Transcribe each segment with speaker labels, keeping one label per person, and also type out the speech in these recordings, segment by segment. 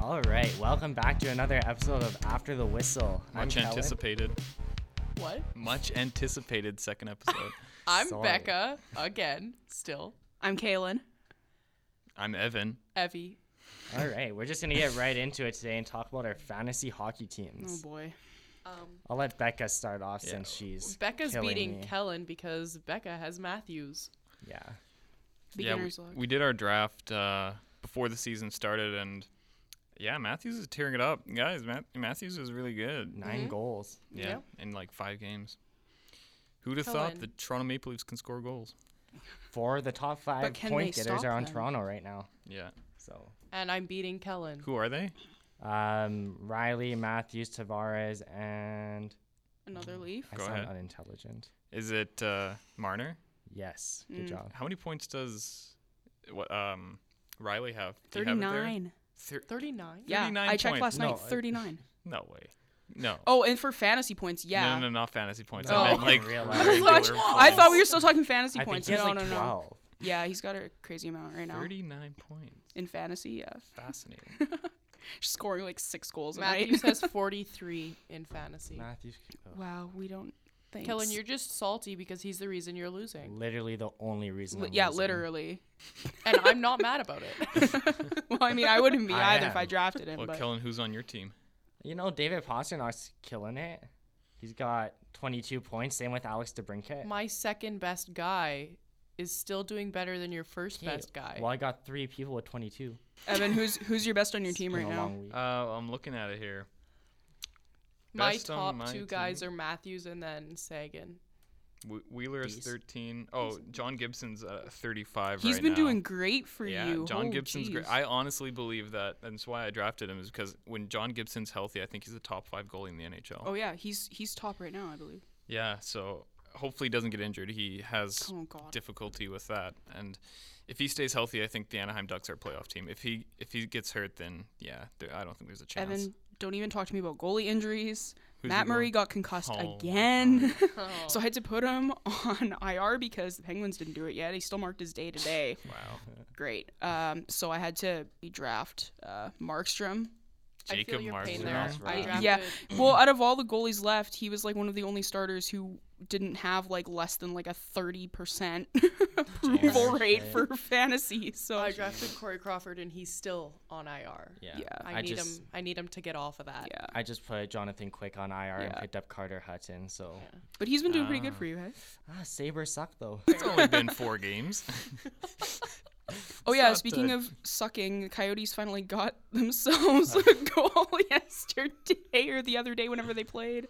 Speaker 1: All right, welcome back to another episode of After the Whistle. I'm
Speaker 2: Much
Speaker 1: Kellen.
Speaker 2: anticipated,
Speaker 3: What?
Speaker 2: much anticipated second episode.
Speaker 3: I'm
Speaker 1: Sorry.
Speaker 3: Becca again, still.
Speaker 4: I'm Kaylin.
Speaker 2: I'm Evan.
Speaker 3: Evie.
Speaker 1: All right, we're just gonna get right into it today and talk about our fantasy hockey teams.
Speaker 4: Oh, boy.
Speaker 3: Um,
Speaker 1: I'll let Becca start off
Speaker 2: Yeah.
Speaker 1: since she's
Speaker 3: Becca's
Speaker 1: killing
Speaker 3: beating
Speaker 1: me.
Speaker 3: Kellen because Becca has Matthews.
Speaker 1: yeah,
Speaker 4: Beginner's
Speaker 2: yeah,
Speaker 4: luck.
Speaker 2: we, we did our draft uh, before the season started, and yeah, Matthews is tearing it up, guys. Matt, Matthews is really good.
Speaker 1: 9
Speaker 4: Mm-hmm.
Speaker 1: goals.
Speaker 2: Yeah,
Speaker 3: Yeah.
Speaker 2: in like five games. Who'd have
Speaker 3: Cohen.
Speaker 2: thought the Toronto Maple Leafs can score goals?
Speaker 1: Four of the top five
Speaker 4: can
Speaker 1: point
Speaker 4: they
Speaker 1: getters
Speaker 4: stop
Speaker 1: are on
Speaker 4: them?
Speaker 1: Toronto right now.
Speaker 2: Yeah.
Speaker 1: So,
Speaker 3: And I'm beating Kellen.
Speaker 2: Who are they?
Speaker 1: um, Riley, Matthews, Tavares, and
Speaker 4: Another leaf.
Speaker 1: Mm. I
Speaker 2: Go
Speaker 1: sound
Speaker 2: ahead.
Speaker 1: unintelligent.
Speaker 2: Is it uh, Marner?
Speaker 1: Yes, good
Speaker 4: Mm.
Speaker 1: job.
Speaker 2: How many points does what um, Riley have? Do you have it there?
Speaker 4: 39.
Speaker 2: Thir-
Speaker 3: 39?
Speaker 4: Yeah,
Speaker 2: 39
Speaker 4: I checked
Speaker 2: points.
Speaker 4: last
Speaker 1: No,
Speaker 4: night.
Speaker 1: I-
Speaker 4: 39.
Speaker 2: no way. No.
Speaker 4: Oh, and for fantasy points, yeah.
Speaker 2: No, no, not fantasy points.
Speaker 3: No.
Speaker 2: I meant
Speaker 3: Oh.
Speaker 2: like
Speaker 1: Real
Speaker 2: regular
Speaker 1: life.
Speaker 4: I,
Speaker 2: points.
Speaker 4: thought, I thought we were still talking fantasy
Speaker 1: Oh. I think
Speaker 4: points.
Speaker 1: he has
Speaker 4: no,
Speaker 1: like
Speaker 4: no, no.
Speaker 1: twelve.
Speaker 4: Yeah, he's got a crazy amount right now
Speaker 2: 39 points.
Speaker 4: in fantasy. Yeah,
Speaker 2: Fascinating.
Speaker 4: scoring like six goals a
Speaker 3: Matthews
Speaker 4: night.
Speaker 3: has 43 in fantasy.
Speaker 1: Matthews, oh,
Speaker 4: wow, we don't. Thanks.
Speaker 3: Kellen, you're just salty because he's the reason you're losing.
Speaker 1: literally the only reason.
Speaker 4: Li-
Speaker 1: I'm
Speaker 4: yeah,
Speaker 1: losing.
Speaker 4: literally.
Speaker 3: And I'm not mad about it.
Speaker 4: well, I mean, I wouldn't be
Speaker 1: I
Speaker 4: either if I
Speaker 1: am.
Speaker 4: drafted him.
Speaker 2: well,
Speaker 4: but
Speaker 2: Kellen, who's on your team?
Speaker 1: You know, David Pasternak's killing it. He's got 22 points. Same with Alex DeBrincat.
Speaker 3: My second best guy is still doing better than your first
Speaker 1: Okay,
Speaker 3: best guy.
Speaker 1: Well, I got three people with 22.
Speaker 4: Evan, who's who's your best on your team
Speaker 1: in
Speaker 4: right
Speaker 1: a
Speaker 4: now?
Speaker 1: long week.
Speaker 2: Uh, I'm looking at it here.
Speaker 3: My
Speaker 2: Best on
Speaker 3: top
Speaker 2: my
Speaker 3: two guys are Matthews and then Sagan.
Speaker 2: Wh- Wheeler is
Speaker 1: These.
Speaker 2: 13. Oh, John Gibson's uh, 35
Speaker 4: He's
Speaker 2: right
Speaker 4: been
Speaker 2: now.
Speaker 4: doing great for
Speaker 2: yeah,
Speaker 4: you.
Speaker 2: John
Speaker 4: Oh,
Speaker 2: Gibson's great.
Speaker 4: jeez.
Speaker 2: I honestly believe that. and That's why I drafted him is because when John Gibson's healthy, I think he's the top five goalie in the NHL.
Speaker 4: Oh yeah, he's he's top right now, I believe.
Speaker 2: Yeah, so hopefully he doesn't get injured. He has
Speaker 4: Oh god.
Speaker 2: difficulty with that, and if he stays healthy, I think the Anaheim Ducks are a playoff team. If he if he gets hurt, then yeah, there, I don't think there's a chance.
Speaker 4: Evan, don't even talk to me about goalie injuries.
Speaker 2: Who's your
Speaker 4: Matt
Speaker 2: goalie?
Speaker 4: Murray got concussed
Speaker 2: Oh my
Speaker 4: again.
Speaker 3: Oh.
Speaker 4: so I had to put him on IR because the Penguins didn't do it yet. He still marked his day today.
Speaker 2: Wow.
Speaker 4: Great. Um, so I had to redraft uh, Markstrom.
Speaker 3: I feel
Speaker 2: Jacob
Speaker 3: your pain
Speaker 2: Markstrom.
Speaker 3: there.
Speaker 1: That's
Speaker 3: I
Speaker 1: right.
Speaker 3: drafted
Speaker 4: Yeah. Well, out of all the goalies left, he was like one of the only starters who didn't have like less than like a 30% approval
Speaker 1: Jeez.
Speaker 4: rate for fantasy. So
Speaker 3: I drafted Corey Crawford and he's still on IR.
Speaker 1: yeah.
Speaker 4: yeah.
Speaker 3: I,
Speaker 1: I
Speaker 3: need
Speaker 1: just-
Speaker 3: him. I need him to get off of that.
Speaker 4: yeah.
Speaker 1: I just put Jonathan Quick on IR and
Speaker 4: Yeah.
Speaker 1: picked up Carter Hutton. So
Speaker 4: But he's been doing pretty good
Speaker 2: Ah.
Speaker 4: for you, hey?
Speaker 1: ah, Sabres suck though.
Speaker 2: It's only been four games.
Speaker 4: Oh yeah,
Speaker 2: not
Speaker 4: speaking
Speaker 2: the-
Speaker 4: of sucking, the Coyotes finally got themselves a goal yesterday or the other day, whenever they played,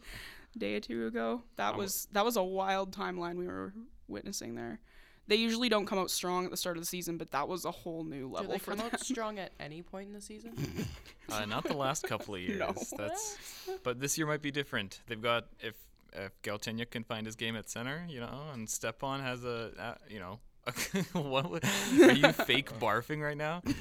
Speaker 4: a day or two ago. That
Speaker 2: wa-
Speaker 4: was that was a wild timeline we were witnessing there. They usually don't come out strong at the start of the season, but that was a whole new
Speaker 3: Do
Speaker 4: level
Speaker 3: they
Speaker 4: for
Speaker 3: come
Speaker 4: them.
Speaker 3: out strong at any point in the season?
Speaker 2: Uh, not the last couple of years.
Speaker 4: No.
Speaker 2: That's, but this year might be different. They've got if if Galchenyuk can find his game at center, you know, and Stepan has a uh, you know. what wa- are you fake barfing right now?
Speaker 1: yeah.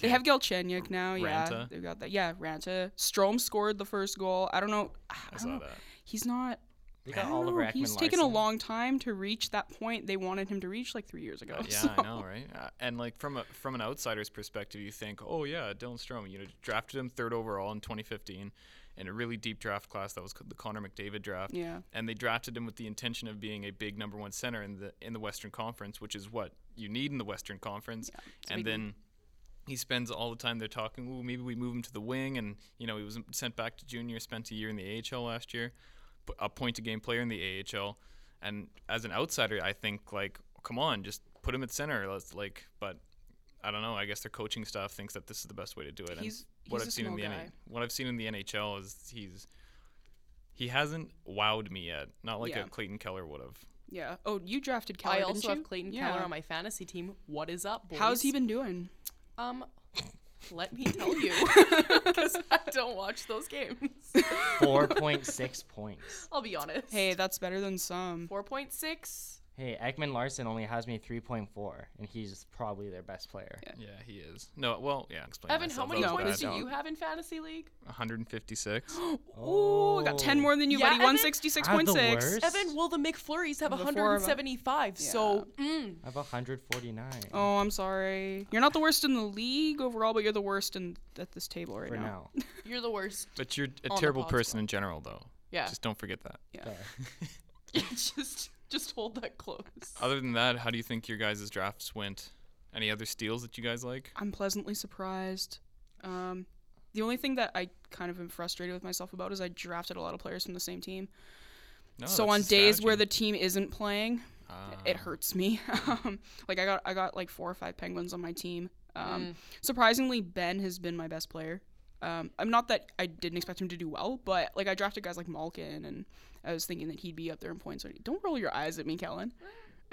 Speaker 4: They have Galchenyuk now, yeah.
Speaker 2: Ranta.
Speaker 4: They've got that. Yeah, Ranta. Strom scored the first goal. I don't know. I,
Speaker 2: I
Speaker 4: don't
Speaker 2: saw
Speaker 4: know.
Speaker 2: that.
Speaker 4: He's not.
Speaker 1: They
Speaker 4: I
Speaker 1: got
Speaker 4: don't
Speaker 1: Oliver
Speaker 4: know.
Speaker 1: Ekman.
Speaker 4: He's taken a
Speaker 1: Larson.
Speaker 4: long time to reach that point they wanted him to reach like three years ago.
Speaker 2: Yeah,
Speaker 4: Oh, so-
Speaker 2: I know, right? Uh, and like from a from an outsider's perspective, you think, oh yeah, Dylan Strom, you know, drafted him third overall in 2015, in a really deep draft class that was c- the Connor McDavid draft.
Speaker 4: Yeah.
Speaker 2: and they drafted him with the intention of being a big number one center in the in the Western Conference, which is what you need in the Western Conference. and then he spends all the time they're talking. Ooh, maybe we move him to the wing, and you know he was sent back to junior, spent a year in the AHL last year, p- a point to game player in the AHL. And as an outsider, I think like, come on, just put him at center. Let's like, but I don't know. I guess their coaching staff thinks that this is the best way to do it.
Speaker 4: He's-
Speaker 2: and what
Speaker 4: he's
Speaker 2: I've
Speaker 4: a
Speaker 2: seen in
Speaker 4: small
Speaker 2: the
Speaker 4: guy.
Speaker 2: what I've seen in the NHL is he's he hasn't wowed me yet. Not like
Speaker 4: Yeah.
Speaker 2: a Clayton Keller would have.
Speaker 4: Yeah. Oh, you drafted Keller.
Speaker 3: I
Speaker 4: didn't
Speaker 3: also
Speaker 4: you?
Speaker 3: have Clayton
Speaker 4: yeah.
Speaker 3: Keller on my fantasy team. What is up, boys?
Speaker 4: How's he been doing?
Speaker 3: Um, let me tell you, because I don't watch those games.
Speaker 1: 4.6 points.
Speaker 3: I'll be honest.
Speaker 4: Hey, that's better than some.
Speaker 3: four point six.
Speaker 1: Hey, Ekman Larson only has me 3.4, and he's probably their best player.
Speaker 4: Yeah.
Speaker 2: Yeah, he is. No, well, yeah. Explain
Speaker 3: Evan, how
Speaker 2: myself.
Speaker 3: many
Speaker 2: That was
Speaker 3: points
Speaker 2: bad.
Speaker 3: do you have in fantasy league?
Speaker 2: 156.
Speaker 4: Ooh, I got 10 more than you,
Speaker 3: Yeah,
Speaker 4: buddy.
Speaker 3: Evan?
Speaker 4: 166.6.
Speaker 1: worst.
Speaker 3: Evan, well, the McFlurries have
Speaker 4: The four of 'em.
Speaker 3: 175, so mm,
Speaker 1: I have 149
Speaker 4: Oh, I'm sorry. You're not the worst in the league overall, but you're the worst in at this table right
Speaker 1: for
Speaker 4: now.
Speaker 1: now.
Speaker 3: you're the worst.
Speaker 2: But you're a
Speaker 3: On the
Speaker 2: terrible
Speaker 3: pod
Speaker 2: person
Speaker 3: squad.
Speaker 2: in general, though.
Speaker 3: Yeah.
Speaker 2: Just don't forget that.
Speaker 4: Yeah.
Speaker 3: just just hold that close.
Speaker 2: Other than that, how do you think your guys' drafts went? Any other steals that you guys like?
Speaker 4: I'm pleasantly surprised. Um, the only thing that I kind of am frustrated with myself about is I drafted a lot of players from the same team.
Speaker 2: No,
Speaker 4: so on
Speaker 2: Oh, that's the
Speaker 4: days where the
Speaker 2: strategy.
Speaker 4: team isn't playing,
Speaker 2: Ah.
Speaker 4: it hurts me. um, like I got I got like four or five penguins on my team. Um, Surprisingly, Ben has been my best player. Um, I'm not that I didn't expect him to do well, but like I drafted guys like Malkin, and I was thinking that he'd be up there in points. Don't roll your eyes at me, Kellen.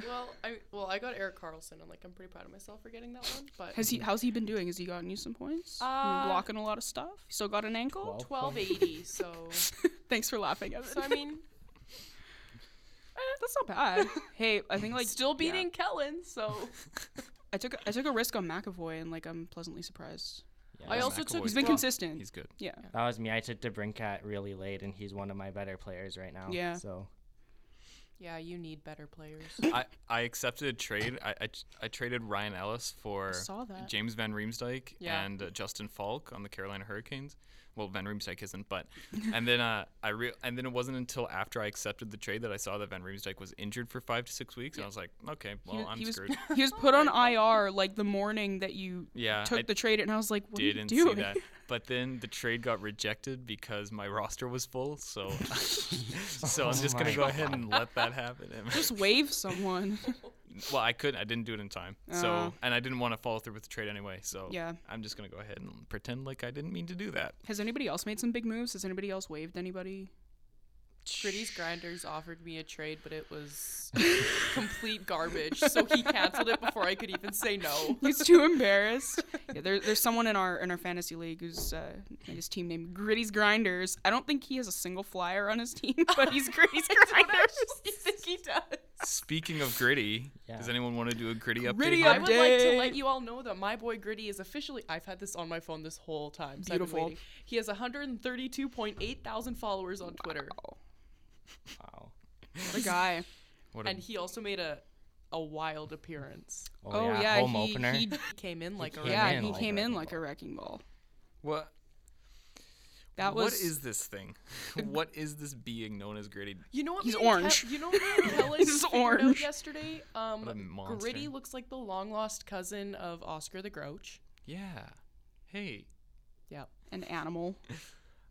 Speaker 3: well, I well I got Eric Carlson, and like I'm pretty proud of myself for getting that one. But
Speaker 4: Has he? How's he been doing? Has he gotten you some points? Been
Speaker 3: Uh,
Speaker 4: blocking a lot of stuff. Still got an ankle.
Speaker 1: 12 points.
Speaker 3: 1280, so
Speaker 4: Thanks for laughing at it.
Speaker 3: so I mean,
Speaker 4: eh, That's not bad. hey, I think like
Speaker 3: still
Speaker 4: yeah.
Speaker 3: beating Kellen. So
Speaker 4: I took I took a risk on McAvoy, and like I'm pleasantly surprised.
Speaker 1: Yeah.
Speaker 3: I also took.
Speaker 4: He's been
Speaker 3: well,
Speaker 4: consistent.
Speaker 2: He's good.
Speaker 4: yeah.
Speaker 1: That was me. I took DeBrincat really late, and he's one of my better players right now.
Speaker 4: Yeah.
Speaker 1: So
Speaker 3: Yeah, you need better players.
Speaker 2: I, I accepted a trade. I, I, I traded Ryan Ellis for
Speaker 4: saw that.
Speaker 2: James Van Riemsdyk
Speaker 3: Yeah.
Speaker 2: and uh, Justin Falk on the Carolina Hurricanes. Well, Van Riemsdyk isn't, but and then uh, I re- and then it wasn't until after I accepted the trade that I saw that Van Riemsdyk was injured for five to six weeks, and I was like, okay, well,
Speaker 4: was-
Speaker 2: I'm
Speaker 4: he was-
Speaker 2: screwed.
Speaker 4: He was put on IR like the morning that you
Speaker 2: Yeah,
Speaker 4: took
Speaker 2: I
Speaker 4: the trade, and I was like, what
Speaker 2: didn't
Speaker 4: are you
Speaker 2: see
Speaker 4: doing?
Speaker 2: that. But then the trade got rejected because my roster was full, so so I'm
Speaker 1: Oh
Speaker 2: just gonna
Speaker 1: my
Speaker 2: go ahead and let that happen.
Speaker 4: Just wave someone.
Speaker 2: Well, I couldn't. I didn't do it in time.
Speaker 4: Oh.
Speaker 2: So, and I didn't want to follow through with the trade anyway. So,
Speaker 4: Yeah.
Speaker 2: I'm just gonna go ahead and pretend like I didn't mean to do that.
Speaker 4: Has anybody else made some big moves? Has anybody else waved anybody?
Speaker 3: Gritty's Grinders offered me a trade, but it was complete garbage. So he canceled it before I could even say no.
Speaker 4: He's too embarrassed. Yeah, there, there's someone in our in our fantasy league who's uh, in his team named Gritty's Grinders. I don't think he has a single flyer on his team, but he's Gritty's Grinders.
Speaker 3: You think he does?
Speaker 2: Speaking of gritty,
Speaker 1: Yeah.
Speaker 2: does anyone want to do a gritty update?
Speaker 4: Gritty
Speaker 2: here?
Speaker 3: I would like to
Speaker 4: Update.
Speaker 3: let you all know that my boy Gritty is officially. I've had this on my phone this whole time. So I've been
Speaker 4: Beautiful.
Speaker 3: waiting. He has 132.8 thousand followers on Twitter,
Speaker 1: wow.
Speaker 4: The guy.
Speaker 2: What a-
Speaker 3: and he also made a a wild appearance.
Speaker 4: Oh, yeah,
Speaker 1: home
Speaker 4: he-
Speaker 1: opener.
Speaker 4: he-
Speaker 3: He came in like a
Speaker 1: came
Speaker 3: wrecking
Speaker 4: Yeah,
Speaker 1: in
Speaker 4: he
Speaker 1: like
Speaker 4: came
Speaker 1: a
Speaker 4: in
Speaker 1: wrecking
Speaker 4: like a wrecking ball.
Speaker 2: what?
Speaker 4: That was
Speaker 2: what is this thing? what is this being known as gritty?
Speaker 3: You know what?
Speaker 4: He's
Speaker 3: me and Ke-
Speaker 4: orange.
Speaker 3: you know what? me and Helen
Speaker 4: He's
Speaker 3: figured out
Speaker 4: orange.
Speaker 3: yesterday.
Speaker 2: What a
Speaker 3: Um,
Speaker 2: monster.
Speaker 3: Gritty looks like the long lost cousin of Oscar the Grouch.
Speaker 2: Yeah. Hey.
Speaker 3: Yep.
Speaker 4: an animal.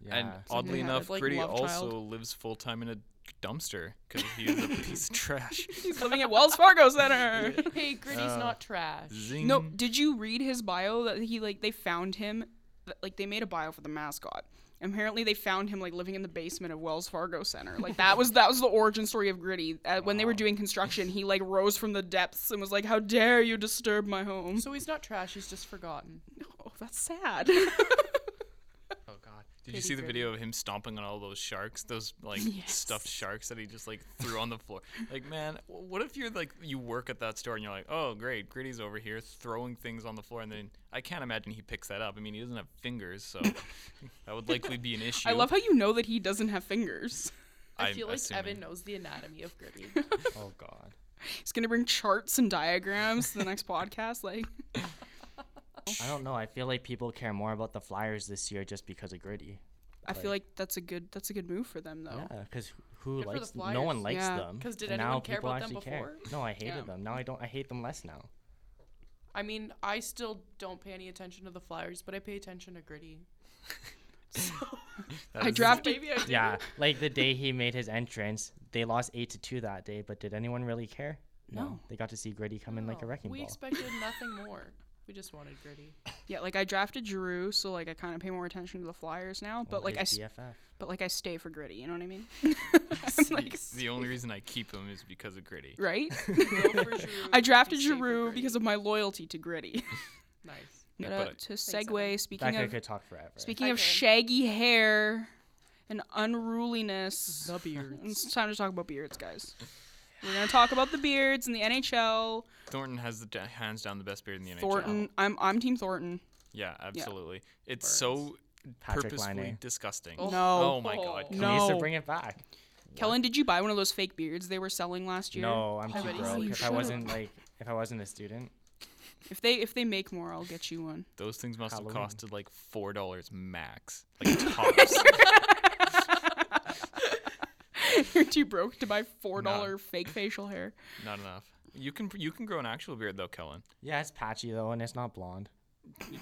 Speaker 1: yeah.
Speaker 2: And
Speaker 1: So
Speaker 2: oddly
Speaker 4: had,
Speaker 2: enough,
Speaker 4: like,
Speaker 2: gritty
Speaker 4: love
Speaker 2: also
Speaker 4: child.
Speaker 2: lives full time in a dumpster because he is a piece of trash.
Speaker 4: He's living at Wells Fargo Center.
Speaker 3: Hey, Gritty's
Speaker 2: Oh.
Speaker 3: not trash.
Speaker 2: Zing.
Speaker 4: No, did you read his bio that he like they found him th- like they made a bio for the mascot. Apparently they found him like living in the basement of Wells Fargo Center. Like that was that was the origin story of Gritty. Uh, when they were doing construction, he like rose from the depths and was like, "How dare you disturb my home?"
Speaker 3: So he's not trash. He's just forgotten.
Speaker 4: oh, that's sad.
Speaker 2: Oh God! Did you see the
Speaker 3: Gritty.
Speaker 2: video of him stomping on all those sharks, those like stuffed sharks that he just like threw on the floor? Like, man, w- what if you're like you work at that store and you're like, oh great, Gritty's over here throwing things on the floor, and then I can't imagine he picks that up. I mean, he doesn't have fingers, so that would likely be an issue.
Speaker 4: I love how you know that he doesn't have fingers.
Speaker 3: I
Speaker 2: I'm
Speaker 3: feel like
Speaker 2: assuming.
Speaker 3: Evan knows the anatomy of Gritty.
Speaker 1: oh god.
Speaker 4: He's gonna bring charts and diagrams to the next podcast. Like,
Speaker 1: I don't know. I feel like people care more about the Flyers this year just because of Gritty.
Speaker 4: I feel like that's a good that's a good move for them though.
Speaker 2: Oh.
Speaker 1: Yeah, because who
Speaker 3: Good for the
Speaker 1: likes? No one
Speaker 3: Flyers.
Speaker 1: likes
Speaker 4: Yeah.
Speaker 1: them.
Speaker 3: 'Cause did
Speaker 1: and
Speaker 3: anyone
Speaker 1: now
Speaker 3: care
Speaker 1: people
Speaker 3: about them
Speaker 1: actually care.
Speaker 3: before?
Speaker 1: No, I hated
Speaker 4: Yeah.
Speaker 1: them. Now I don't. I hate them less now.
Speaker 3: I mean, I still don't pay any attention to the Flyers, but I pay attention to Gritty. So
Speaker 2: That
Speaker 4: I
Speaker 2: is-
Speaker 4: draft- After-
Speaker 3: maybe I do.
Speaker 1: Yeah, like the day he made his entrance, they lost eight to two that day. But did anyone really care?
Speaker 4: No.
Speaker 1: They got to see Gritty come in like a
Speaker 3: No,
Speaker 1: wrecking
Speaker 3: we
Speaker 1: ball.
Speaker 3: expected nothing more. We just wanted Gritty.
Speaker 4: Yeah, like I drafted Giroux, so like I kind of pay more attention to the Flyers now. But
Speaker 1: Or
Speaker 4: like I,
Speaker 1: his
Speaker 4: s-
Speaker 1: BFF.
Speaker 4: but like I stay for gritty. You know what I mean?
Speaker 2: the-
Speaker 4: like-
Speaker 2: the only reason I keep him is because of Gritty.
Speaker 4: Right?
Speaker 3: Go for Giroux,
Speaker 4: I drafted
Speaker 3: stay for
Speaker 4: Giroux
Speaker 3: Gritty.
Speaker 4: because of my loyalty to gritty.
Speaker 3: nice.
Speaker 2: Yeah,
Speaker 4: But, uh,
Speaker 2: but I-
Speaker 4: to
Speaker 3: Evan.
Speaker 4: segue,
Speaker 1: That
Speaker 4: speaking
Speaker 1: guy
Speaker 4: of
Speaker 1: could talk forever.
Speaker 4: speaking
Speaker 3: I
Speaker 4: of
Speaker 3: could.
Speaker 4: shaggy hair and unruliness,
Speaker 3: beards.
Speaker 4: it's time to talk about beards, guys. We're gonna talk about the beards and the NHL.
Speaker 2: Thornton has the d- hands down the best beard in the NHL.
Speaker 4: Thornton, I'm I'm Team Thornton.
Speaker 2: Yeah, absolutely. It's so
Speaker 1: Patrick
Speaker 2: purposefully
Speaker 1: Laine.
Speaker 2: disgusting.
Speaker 3: Oh.
Speaker 4: No.
Speaker 2: Oh my God.
Speaker 1: He needs to
Speaker 4: No.
Speaker 1: bring it back.
Speaker 4: Kellen, did you buy one of those fake beards they were selling last year?
Speaker 1: No, I'm too
Speaker 3: Everybody
Speaker 1: broke.
Speaker 3: sleeps.
Speaker 1: If I
Speaker 3: Shut up.
Speaker 1: wasn't like, if I wasn't a student,
Speaker 4: If they if they make more, I'll get you one.
Speaker 2: Those things must
Speaker 1: Halloween.
Speaker 2: have costed like four dollars max, like tops.
Speaker 4: You're too broke to buy four
Speaker 2: No.
Speaker 4: dollar fake facial hair.
Speaker 2: Not enough. You can you can grow an actual beard though, Kellen.
Speaker 1: yeah, it's patchy though, and it's not blonde.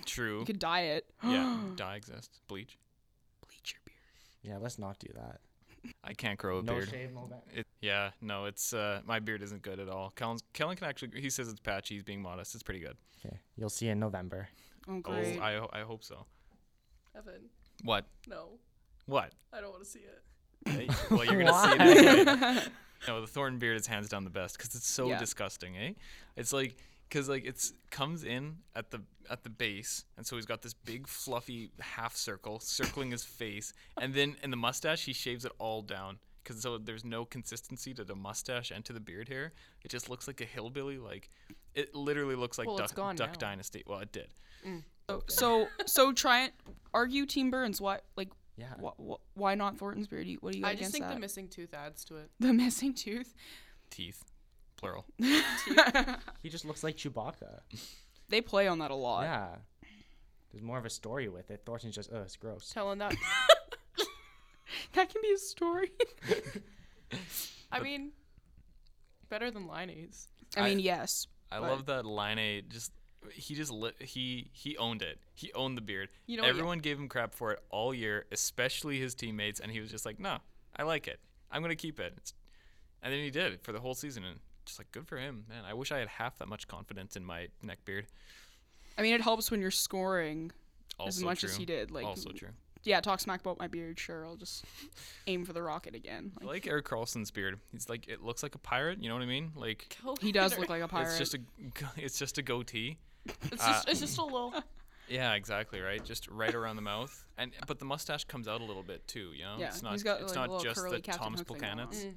Speaker 2: True.
Speaker 4: You could dye it.
Speaker 2: yeah, dye exists. Bleach.
Speaker 4: Bleach your beard.
Speaker 1: Yeah, let's not do that.
Speaker 2: I can't grow a
Speaker 1: No
Speaker 2: beard.
Speaker 1: shave, no back.
Speaker 2: It, yeah, no, it's uh, my beard isn't good at all. Kellen's, Kellen can actually. He says it's patchy. He's being modest. It's pretty good.
Speaker 1: Okay, you'll see in November.
Speaker 4: Oh
Speaker 2: Oh,
Speaker 4: great.
Speaker 2: I ho- I hope so.
Speaker 3: Evan,
Speaker 2: What?
Speaker 3: no,
Speaker 2: What?
Speaker 3: I don't want to see it.
Speaker 2: Hey, well, you're gonna see
Speaker 1: Why?
Speaker 2: it anyway. No, the thorn beard is hands down the best because it's so
Speaker 4: Yeah.
Speaker 2: disgusting, eh? It's like because like it's comes in at the at the base, and so he's got this big fluffy half circle circling his face, and then in the mustache he shaves it all down because so there's no consistency to the mustache and to the beard hair. It just looks like a hillbilly. Like it literally looks like
Speaker 3: Well, it's
Speaker 2: Duck,
Speaker 3: gone
Speaker 2: Duck
Speaker 3: now.
Speaker 2: Dynasty. Well, it did.
Speaker 4: So so so try and argue Team Burns. Why like
Speaker 1: Yeah.
Speaker 4: wh- wh- why not Thornton's beard? You- What do you
Speaker 3: I
Speaker 4: got
Speaker 3: just
Speaker 4: against
Speaker 3: think
Speaker 4: that?
Speaker 3: the missing tooth adds to it.
Speaker 4: the missing tooth.
Speaker 2: Teeth, plural.
Speaker 1: He just looks like Chewbacca.
Speaker 4: They play on that a lot.
Speaker 1: Yeah. There's more of a story with it. Thornton's just, ugh, it's gross.
Speaker 3: Telling that,
Speaker 4: That can be a story.
Speaker 3: I mean, better than Liney's.
Speaker 4: I,
Speaker 2: I-
Speaker 4: mean, yes.
Speaker 2: I
Speaker 4: But-
Speaker 2: love that line. A just he just li- he he owned it. He owned the beard.
Speaker 3: You know what, yeah.
Speaker 2: everyone gave him crap for it all year, especially his teammates, and he was just like, "No, I like it. I'm gonna keep it." It's, and then he did for the whole season, and just like good for him, man. I wish I had half that much confidence in my neck beard.
Speaker 4: I mean, it helps when you're scoring.
Speaker 2: Also
Speaker 4: much
Speaker 2: true.
Speaker 4: as he did, like-
Speaker 2: also true.
Speaker 4: Yeah, talk smack about my beard. Sure, I'll just aim for the rocket again.
Speaker 2: I
Speaker 4: Like,
Speaker 2: like Eric Carlson's beard. He's like it looks like a pirate. You know what I mean? Like
Speaker 4: he does look like a pirate.
Speaker 2: it's just a it's just a goatee.
Speaker 3: It's just, it's just a little.
Speaker 2: Yeah, exactly, right? Just right around the mouth. And but the mustache comes out a little bit too, you know?
Speaker 4: Yeah,
Speaker 2: it's not
Speaker 4: he's got,
Speaker 2: it's
Speaker 4: like, a
Speaker 2: not
Speaker 4: little
Speaker 2: just the
Speaker 4: curly Captain
Speaker 2: Thomas
Speaker 4: Hook thing going
Speaker 2: Buchanan.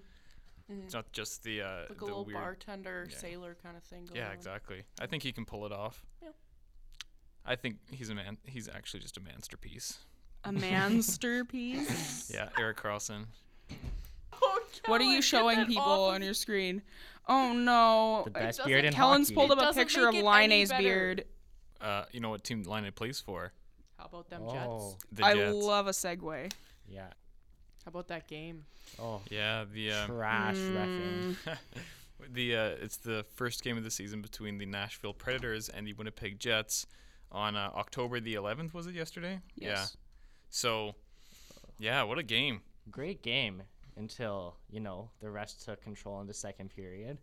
Speaker 4: on.
Speaker 2: It's not just the uh
Speaker 3: like a
Speaker 2: the
Speaker 3: little
Speaker 2: weird
Speaker 3: bartender
Speaker 2: yeah.
Speaker 3: sailor kind of thing going
Speaker 2: Yeah,
Speaker 3: on.
Speaker 2: exactly. I think he can pull it off.
Speaker 3: Yeah.
Speaker 2: I think he's a man he's actually just a masterpiece.
Speaker 4: a masterpiece.
Speaker 2: Yeah, Eric Carlson.
Speaker 3: Oh,
Speaker 4: what are you
Speaker 3: Kellen, get
Speaker 4: showing
Speaker 3: that
Speaker 4: people
Speaker 3: off of-
Speaker 4: on your screen? Oh no!
Speaker 1: The best
Speaker 3: doesn't-
Speaker 1: beard in
Speaker 4: Helen's
Speaker 1: hockey.
Speaker 4: pulled up a
Speaker 3: doesn't
Speaker 4: picture of
Speaker 3: make it any
Speaker 4: Line's
Speaker 3: better.
Speaker 4: beard.
Speaker 2: Uh you know what team line it plays for?
Speaker 3: How about them Jets?
Speaker 1: Oh,
Speaker 3: How
Speaker 2: The
Speaker 4: I
Speaker 2: Jets.
Speaker 4: love a segue.
Speaker 1: yeah.
Speaker 3: about that game?
Speaker 1: Oh,
Speaker 2: yeah, the um,
Speaker 1: trash refing.
Speaker 2: the uh, it's the first game of the season between the Nashville Predators and the Winnipeg Jets on uh, October the 11th. Was it yesterday? Yeah.
Speaker 4: Yes.
Speaker 2: So, yeah, what a game!
Speaker 1: Great game until, you know, the rest took control in the second period.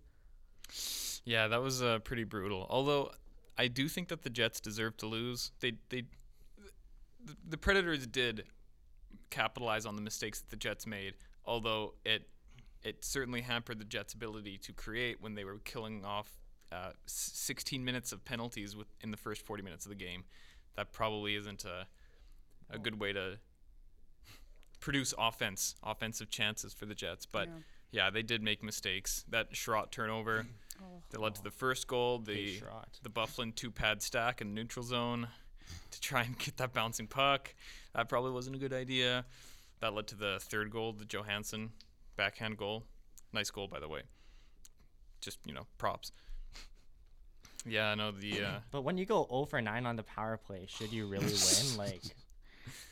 Speaker 2: Yeah, that was uh, pretty brutal. Although, I do think that the Jets deserve to lose. They they the, the Predators did capitalize on the mistakes that the Jets made. Although it it certainly hampered the Jets' ability to create when they were killing off uh, s- 16 minutes of penalties with, in the first 40 minutes of the game. That probably isn't a, a good way to produce offense, offensive chances for the Jets. But yeah, they did make mistakes. That Schrott turnover that led to the first goal, the
Speaker 1: Schrott.
Speaker 2: the Bufflin two pad stack in the neutral zone to try and get that bouncing puck. That probably wasn't a good idea. That led to the third goal, the Johansson backhand goal. Nice goal, by the way. Just you know, props. Yeah, I know the. Uh,
Speaker 1: But when you go 0 for 9 on the power play, should you really win? Like, that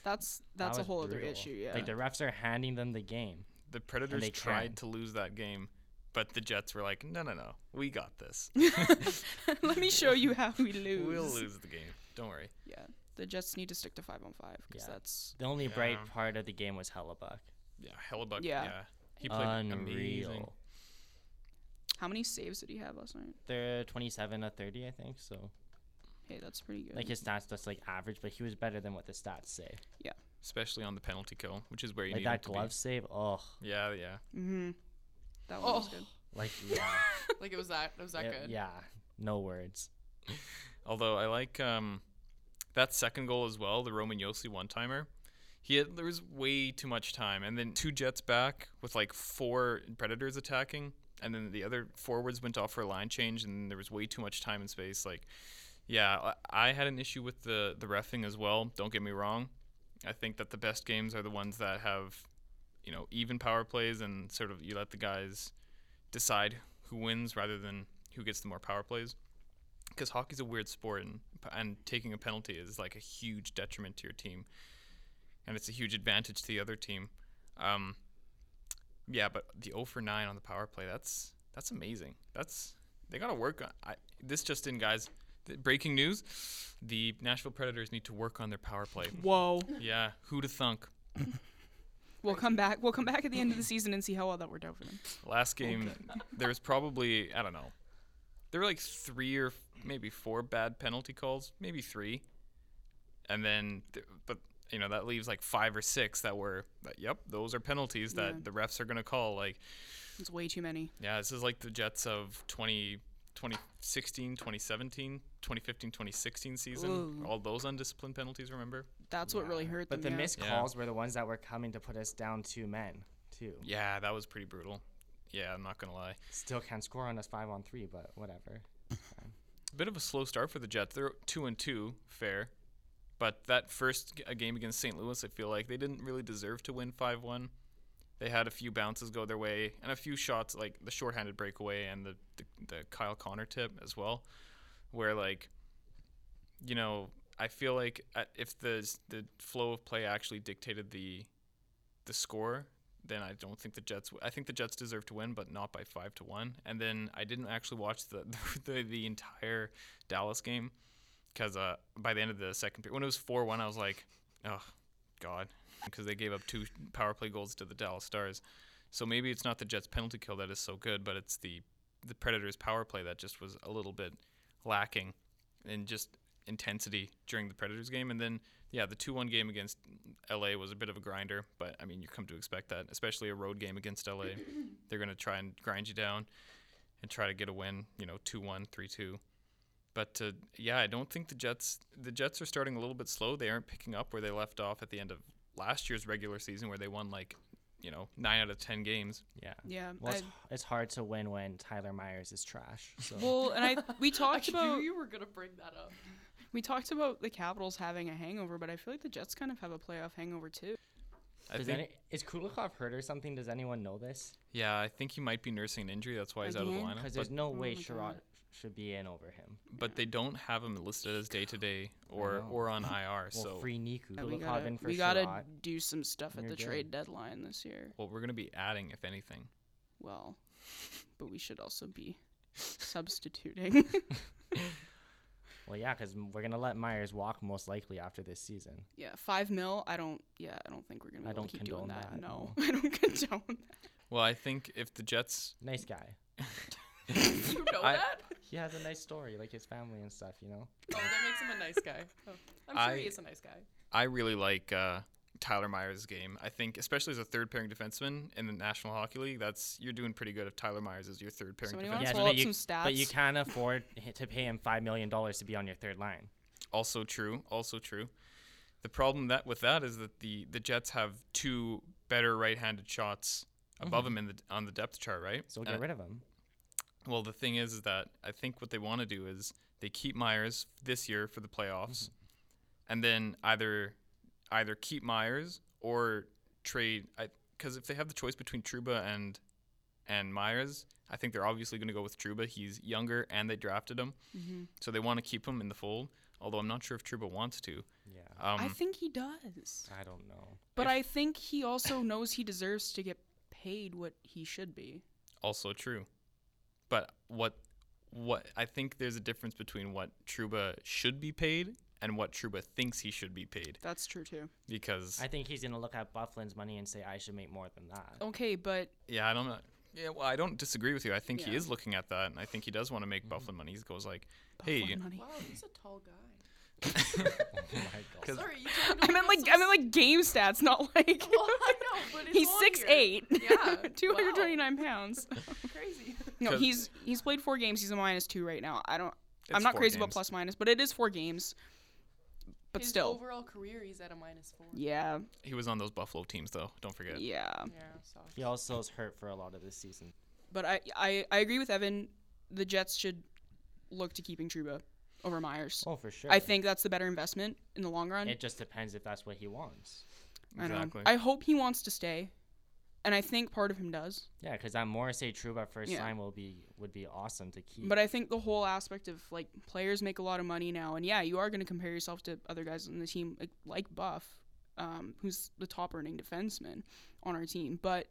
Speaker 4: That's that's a
Speaker 1: was
Speaker 4: whole other
Speaker 1: brutal.
Speaker 4: issue. Yeah.
Speaker 1: Like, the refs are handing them the game.
Speaker 2: the Predators
Speaker 1: they can.
Speaker 2: tried to lose that game, but the Jets were like, no, no, no, we got this.
Speaker 4: Let me show you how we lose.
Speaker 2: we'll lose the game. Don't worry.
Speaker 4: Yeah. The Jets need to stick to five on five because
Speaker 1: Yeah.
Speaker 4: that's
Speaker 1: The only bright
Speaker 2: Yeah.
Speaker 1: part of the game was Hellebuck.
Speaker 2: Yeah, Hellebuck. Yeah.
Speaker 4: Yeah.
Speaker 2: He played amazing.
Speaker 1: Unreal.
Speaker 4: how many saves did he have last night?
Speaker 1: They're 27 to 30, I think. So,
Speaker 4: Hey, that's pretty good.
Speaker 1: like, his stats just like average, but he was better than what the stats say.
Speaker 2: especially on the penalty kill, which is where you
Speaker 1: Like,
Speaker 2: need him
Speaker 1: that
Speaker 2: to
Speaker 1: glove save, oh,
Speaker 2: be. Yeah, yeah.
Speaker 4: mm-hmm. That one was
Speaker 3: Oh,
Speaker 4: good.
Speaker 1: like, yeah.
Speaker 3: like it was that. It was that
Speaker 1: Yeah,
Speaker 3: good.
Speaker 1: Yeah, no words.
Speaker 2: Although I like um, that second goal as well, the Roman Yossi one timer. He had, there was way too much time, and then two Jets back with like four Predators attacking. and then the other forwards went off for a line change, and there was way too much time and space. Like, yeah, I I had an issue with the the refing as well. Don't get me wrong. I think that the best games are the ones that have, you know, even power plays and sort of you let the guys decide who wins rather than who gets the more power plays. Because hockey's a weird sport, and and taking a penalty is like a huge detriment to your team, and it's a huge advantage to the other team. Um, yeah, but the 0 for 9 on the power play, that's that's amazing. That's they got to work on I, this just in guys. Th- breaking news, the Nashville Predators need to work on their power play.
Speaker 4: Whoa.
Speaker 2: yeah, who to thunk?
Speaker 4: We'll come back. We'll come back at the end of the season and see how well that worked out for them.
Speaker 2: Last game there was probably, I don't know. There were like 3 or f- maybe 4 bad penalty calls, maybe 3. And then th- but you know that leaves like five or six that were that, yep those are penalties that
Speaker 4: Yeah.
Speaker 2: the refs are going to call like
Speaker 4: It's way too many.
Speaker 2: yeah this is like the jets of 20 2016 2017 2015 2016 season
Speaker 4: Ooh.
Speaker 2: all those undisciplined penalties remember
Speaker 4: That's what really hurt
Speaker 1: But the
Speaker 4: them. yeah.
Speaker 1: missed
Speaker 2: Yeah.
Speaker 1: calls were the ones that were coming to put us down two men, too.
Speaker 2: yeah that was pretty brutal yeah i'm not going to lie
Speaker 1: Still can't score on us five on three, but whatever.
Speaker 2: a bit of a slow start for the jets they're two and two fair but that first g- game against st louis i feel like they didn't really deserve to win 5-1 they had a few bounces go their way and a few shots like the shorthanded breakaway and the, the, the Kyle Connor tip as well, where like, you know, I feel like uh, if the the flow of play actually dictated the the score, then I don't think the Jets. W- I think the Jets deserve to win, but not by five to one. And then I didn't actually watch the the, the entire Dallas game because uh, by the end of the second period, when it was four one, I was like, oh god, because they gave up two power play goals to the Dallas Stars. So maybe it's not the Jets penalty kill that is so good, but it's the the Predators power play that just was a little bit lacking in just intensity during the Predators game. And then yeah, the two one game against LA was a bit of a grinder, but I mean you come to expect that, especially a road game against LA. They're gonna try and grind you down and try to get a win, you know, 2-1, 3-2. But uh, yeah, I don't think the Jets the Jets are starting a little bit slow. They aren't picking up where they left off at the end of last year's regular season where they won like, you know, 9 out of 10 games.
Speaker 1: Yeah.
Speaker 4: Yeah.
Speaker 1: Well, it's,
Speaker 4: I-
Speaker 1: it's hard to win when Tyler Myers is trash. So.
Speaker 4: well, and I we talked
Speaker 3: I
Speaker 4: about
Speaker 3: knew you were gonna bring that up.
Speaker 4: we talked about the Capitals having a hangover, but I feel like the Jets kind of have a playoff hangover too.
Speaker 2: I
Speaker 1: Does
Speaker 2: think
Speaker 1: any, is Kulikov hurt or something? Does anyone know this?
Speaker 2: yeah, I think he might be nursing an injury. That's why he's out of the
Speaker 4: Again?
Speaker 2: lineup.
Speaker 1: Because
Speaker 2: But,
Speaker 1: there's no way
Speaker 4: Oh my
Speaker 1: Sherrod
Speaker 4: God.
Speaker 1: should be in over him.
Speaker 2: but they don't have him listed as day to day or
Speaker 1: know.
Speaker 2: or on IR.
Speaker 1: Well,
Speaker 2: so
Speaker 1: free Niku.
Speaker 4: But we
Speaker 1: Kulikov
Speaker 4: gotta,
Speaker 1: in for
Speaker 4: we gotta
Speaker 1: Sherrod.
Speaker 4: do some stuff at
Speaker 1: You're
Speaker 4: the
Speaker 1: good.
Speaker 4: trade deadline this year.
Speaker 2: well, we're gonna be adding if anything.
Speaker 4: Well, but we should also be substituting.
Speaker 1: Well, yeah, because we're going to let Myers walk most likely after this season.
Speaker 4: yeah, five mil. I don't. Yeah, I don't think we're gonna. Be
Speaker 1: I
Speaker 4: able
Speaker 1: don't
Speaker 4: to keep doing
Speaker 1: condone
Speaker 4: that.
Speaker 1: that,
Speaker 4: No, I don't condone that.
Speaker 2: Well, I think if the Jets,
Speaker 1: Nice guy.
Speaker 3: You know
Speaker 2: I-
Speaker 3: that?
Speaker 1: He has a nice story, like his family and stuff, you know?
Speaker 3: Oh, that makes him a nice guy. Oh, I'm sure
Speaker 2: I-
Speaker 3: he is a nice guy.
Speaker 2: I really like uh, Tyler Myers' game. I think, especially as a third pairing defenseman in the National Hockey League, that's you're doing pretty good if Tyler Myers is your third pairing
Speaker 4: Somebody
Speaker 2: defenseman.
Speaker 4: wanna
Speaker 1: Yes,
Speaker 4: pull
Speaker 1: but
Speaker 4: up
Speaker 1: you-
Speaker 4: some
Speaker 1: But you
Speaker 4: stats?
Speaker 1: can't afford h- to pay him $5 million to be on your third line.
Speaker 2: Also true. Also true. The problem that with that is that the the Jets have two better right-handed shots above him in the on the depth chart, right?
Speaker 1: Mm-hmm. So
Speaker 2: And
Speaker 1: get rid of him.
Speaker 2: Well, the thing is, is that I think what they want to do is they keep Myers this year for the playoffs, and then either either keep Myers or trade. Because if they have the choice between Truba and and Myers, I think they're obviously going to go with Truba. He's younger, and they drafted him, so they want to keep him in the fold. Although I'm not sure if Truba wants to.
Speaker 1: Yeah.
Speaker 2: Um,
Speaker 4: I think he does,
Speaker 1: I don't know.
Speaker 4: but I think he also knows he deserves to get paid what he should be.
Speaker 2: also true. But what what I think there's a difference between what Truba should be paid and what Truba thinks he should be paid
Speaker 4: That's true too.
Speaker 2: because
Speaker 1: I think he's going to look at Bufflin's money and say, I should make more than that.
Speaker 4: Okay, but
Speaker 2: yeah, I don't know. Yeah, well, I don't disagree with you. I think he
Speaker 4: Yeah.
Speaker 2: is looking at that, and I think he does want to make Bufflin money. He goes like, "Hey,
Speaker 4: Buffalo money.
Speaker 3: Wow, he's a tall guy.
Speaker 1: Oh my God.
Speaker 2: 'Cause-
Speaker 3: Sorry, you told me
Speaker 4: I meant like I meant like game stats, not like.
Speaker 3: Well, I know, but it's
Speaker 4: he's
Speaker 3: on
Speaker 4: six
Speaker 3: here.
Speaker 4: eight.
Speaker 3: Yeah,
Speaker 4: two hundred twenty nine pounds.
Speaker 3: Crazy.
Speaker 4: No,
Speaker 2: 'Cause-
Speaker 4: he's he's played four games. He's a minus two right now. I don't. I'm
Speaker 2: It's
Speaker 4: not
Speaker 2: four
Speaker 4: crazy about
Speaker 2: games.
Speaker 4: plus minus, but it is four games. But
Speaker 3: His
Speaker 4: still,
Speaker 3: overall career, he's at a minus four.
Speaker 4: yeah,
Speaker 2: he was on those Buffalo teams, though. Don't forget."
Speaker 4: yeah.
Speaker 3: Yeah, so
Speaker 1: He also is hurt for a lot of this season.
Speaker 4: But I, I, I agree with Evan. The Jets should look to keeping Truba over Myers.
Speaker 1: Oh, for sure.
Speaker 4: I think that's the better investment in the long run.
Speaker 1: it just depends if that's what he wants.
Speaker 4: I, don't know.
Speaker 2: Exactly.
Speaker 4: I hope he wants to stay, and I think part of him does.
Speaker 1: Yeah, because that Morrissey Truba first
Speaker 4: Yeah.
Speaker 1: time will be would be awesome to keep.
Speaker 4: But I think the whole aspect of like players make a lot of money now, and yeah, you are going to compare yourself to other guys on the team like, like Buff, um, who's the top earning defenseman on our team. But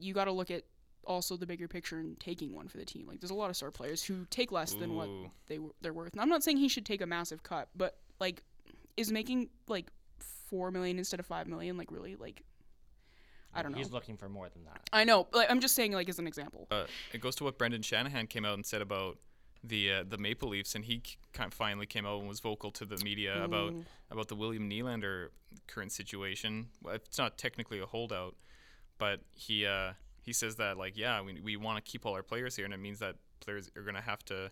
Speaker 4: you got to look at also the bigger picture and taking one for the team. Like there's a lot of star players who take less than what
Speaker 2: Ooh.
Speaker 4: they w- they're worth. And I'm not saying he should take a massive cut, but like is making like four million instead of five million like really like I don't know.
Speaker 1: He's looking for more than that.
Speaker 4: I know. but, Like I'm just saying like as an example.
Speaker 2: uh, it goes to what Brendan Shanahan came out and said about the uh, the Maple Leafs, and he k- kind of finally came out and was vocal to the media about about the William Nylander current situation. Well, it's not technically a holdout, but he uh, he says that like yeah, we we want to keep all our players here, and it means that players are gonna have to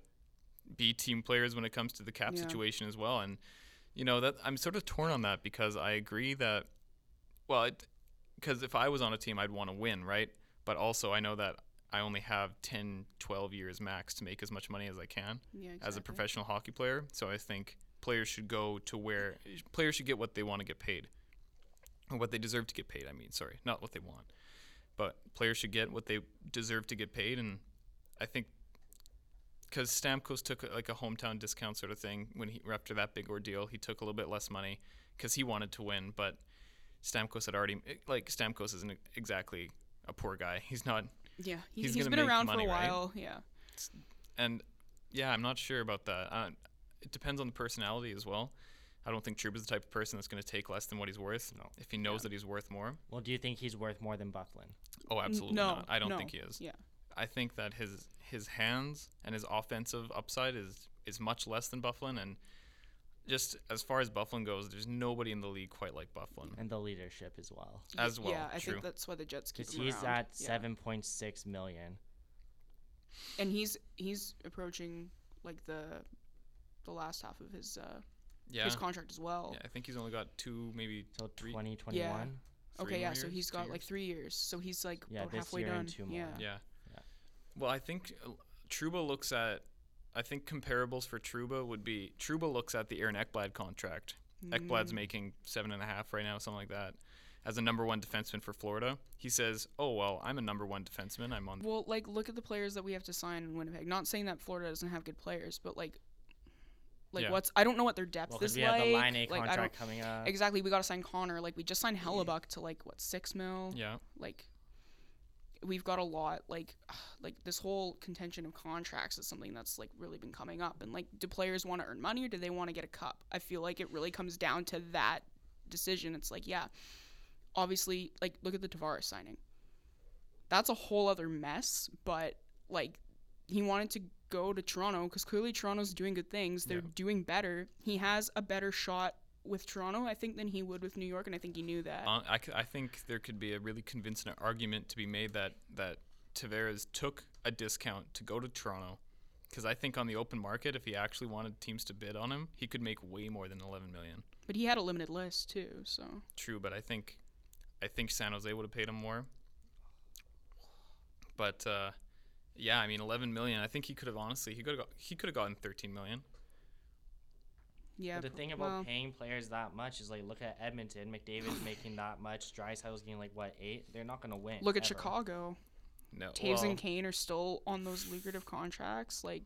Speaker 2: be team players when it comes to the cap
Speaker 4: Yeah.
Speaker 2: situation as well. And you know that I'm sort of torn on that because I agree that well, it because if I was on a team, I'd want to win, right? But also, I know that I only have 10, 12 years max to make as much money as I can
Speaker 4: Yeah,
Speaker 2: as a professional hockey player. So I think players should go to where players should get what they want to get paid, or what they deserve to get paid. I mean, sorry, not what they want, but players should get what they deserve to get paid. And I think because Stamkos took uh, like a hometown discount sort of thing when he after that big ordeal, he took a little bit less money because he wanted to win, but. Stamkos had already like Stamkos isn't exactly a poor guy. He's not
Speaker 4: Yeah, he,
Speaker 2: He's
Speaker 4: he's
Speaker 2: gonna
Speaker 4: been
Speaker 2: make
Speaker 4: around
Speaker 2: money,
Speaker 4: for a
Speaker 2: right?
Speaker 4: while. Yeah,
Speaker 2: and yeah, I'm not sure about that. Uh, it depends on the personality as well. I don't think Truba's the type of person that's going to take less than what he's worth.
Speaker 1: No.
Speaker 2: If he knows that he's worth more,
Speaker 1: Well, do you think he's worth more than Bufflin?
Speaker 2: oh, absolutely
Speaker 4: no,
Speaker 2: not. I don't
Speaker 4: no,
Speaker 2: think he is.
Speaker 4: Yeah,
Speaker 2: I think that his his hands and his offensive upside is is much less than Bufflin, and just as far as Bufflin goes, there's nobody in the league quite like Bufflin
Speaker 1: And the leadership as well.
Speaker 2: as well.
Speaker 4: yeah. I
Speaker 2: true.
Speaker 4: think that's why the Jets keep
Speaker 1: Because
Speaker 4: him
Speaker 1: he's
Speaker 4: around.
Speaker 1: at
Speaker 4: Yeah.
Speaker 1: 7.6 million.
Speaker 4: and he's he's approaching like the the last half of his uh
Speaker 2: yeah.
Speaker 4: his contract as well.
Speaker 2: yeah, I think he's only got two, maybe
Speaker 1: Till
Speaker 2: Three-
Speaker 1: 2021.
Speaker 2: three
Speaker 4: okay,
Speaker 2: more
Speaker 4: yeah. So
Speaker 2: years,
Speaker 4: he's
Speaker 2: two
Speaker 4: got
Speaker 2: years.
Speaker 4: like three years. So he's like
Speaker 1: Yeah,
Speaker 4: about
Speaker 1: this
Speaker 4: halfway
Speaker 1: year
Speaker 4: done.
Speaker 1: and two more.
Speaker 4: Yeah.
Speaker 2: Yeah.
Speaker 1: Yeah.
Speaker 2: Well, I think uh, Truba looks at. I think comparables for Truba would be Truba looks at the Aaron Ekblad contract. Ekblad's making seven and a half right now, something like that, as a number one defenseman for Florida. He says, "Oh well, I'm a number one defenseman. I'm on."
Speaker 4: Well, like look at the players that we have to sign in Winnipeg. Not saying that Florida doesn't have good players, but like, like
Speaker 2: Yeah.
Speaker 4: what's I don't know what their depth
Speaker 1: Well,
Speaker 4: is
Speaker 1: because we
Speaker 4: like.
Speaker 1: have the Line A
Speaker 4: like I don't
Speaker 1: contract coming up.
Speaker 4: exactly. We got to sign Connor. Like we just signed Hellebuck to like what six mil.
Speaker 2: yeah,
Speaker 4: like we've got a lot like like this whole contention of contracts is something that's like really been coming up and like do players want to earn money or do they want to get a cup i feel like it really comes down to that decision it's like yeah obviously like look at the tavares signing that's a whole other mess but like he wanted to go to toronto because clearly toronto's doing good things they're
Speaker 2: Yeah.
Speaker 4: doing better he has a better shot with toronto i think than he would with new york and i think he knew that
Speaker 2: Uh, I, c- I think there could be a really convincing argument to be made that that Tavares took a discount to go to Toronto, because I think on the open market, if he actually wanted teams to bid on him, he could make way more than 11 million.
Speaker 4: But he had a limited list too, so
Speaker 2: True, but I think I think San Jose would have paid him more. But uh, yeah, I mean, 11 million. I think he could have honestly he could have he could have gotten 13 million.
Speaker 4: yeah.
Speaker 1: But the
Speaker 4: pr-
Speaker 1: thing about
Speaker 4: well,
Speaker 1: paying players that much is like, look at Edmonton. McDavid's making that much. Drysdale's getting like what eight? They're not gonna win.
Speaker 4: look at
Speaker 1: ever. uh,
Speaker 4: Chicago.
Speaker 2: No,
Speaker 4: Taves
Speaker 2: well,
Speaker 4: and Kane are still on those lucrative contracts. Like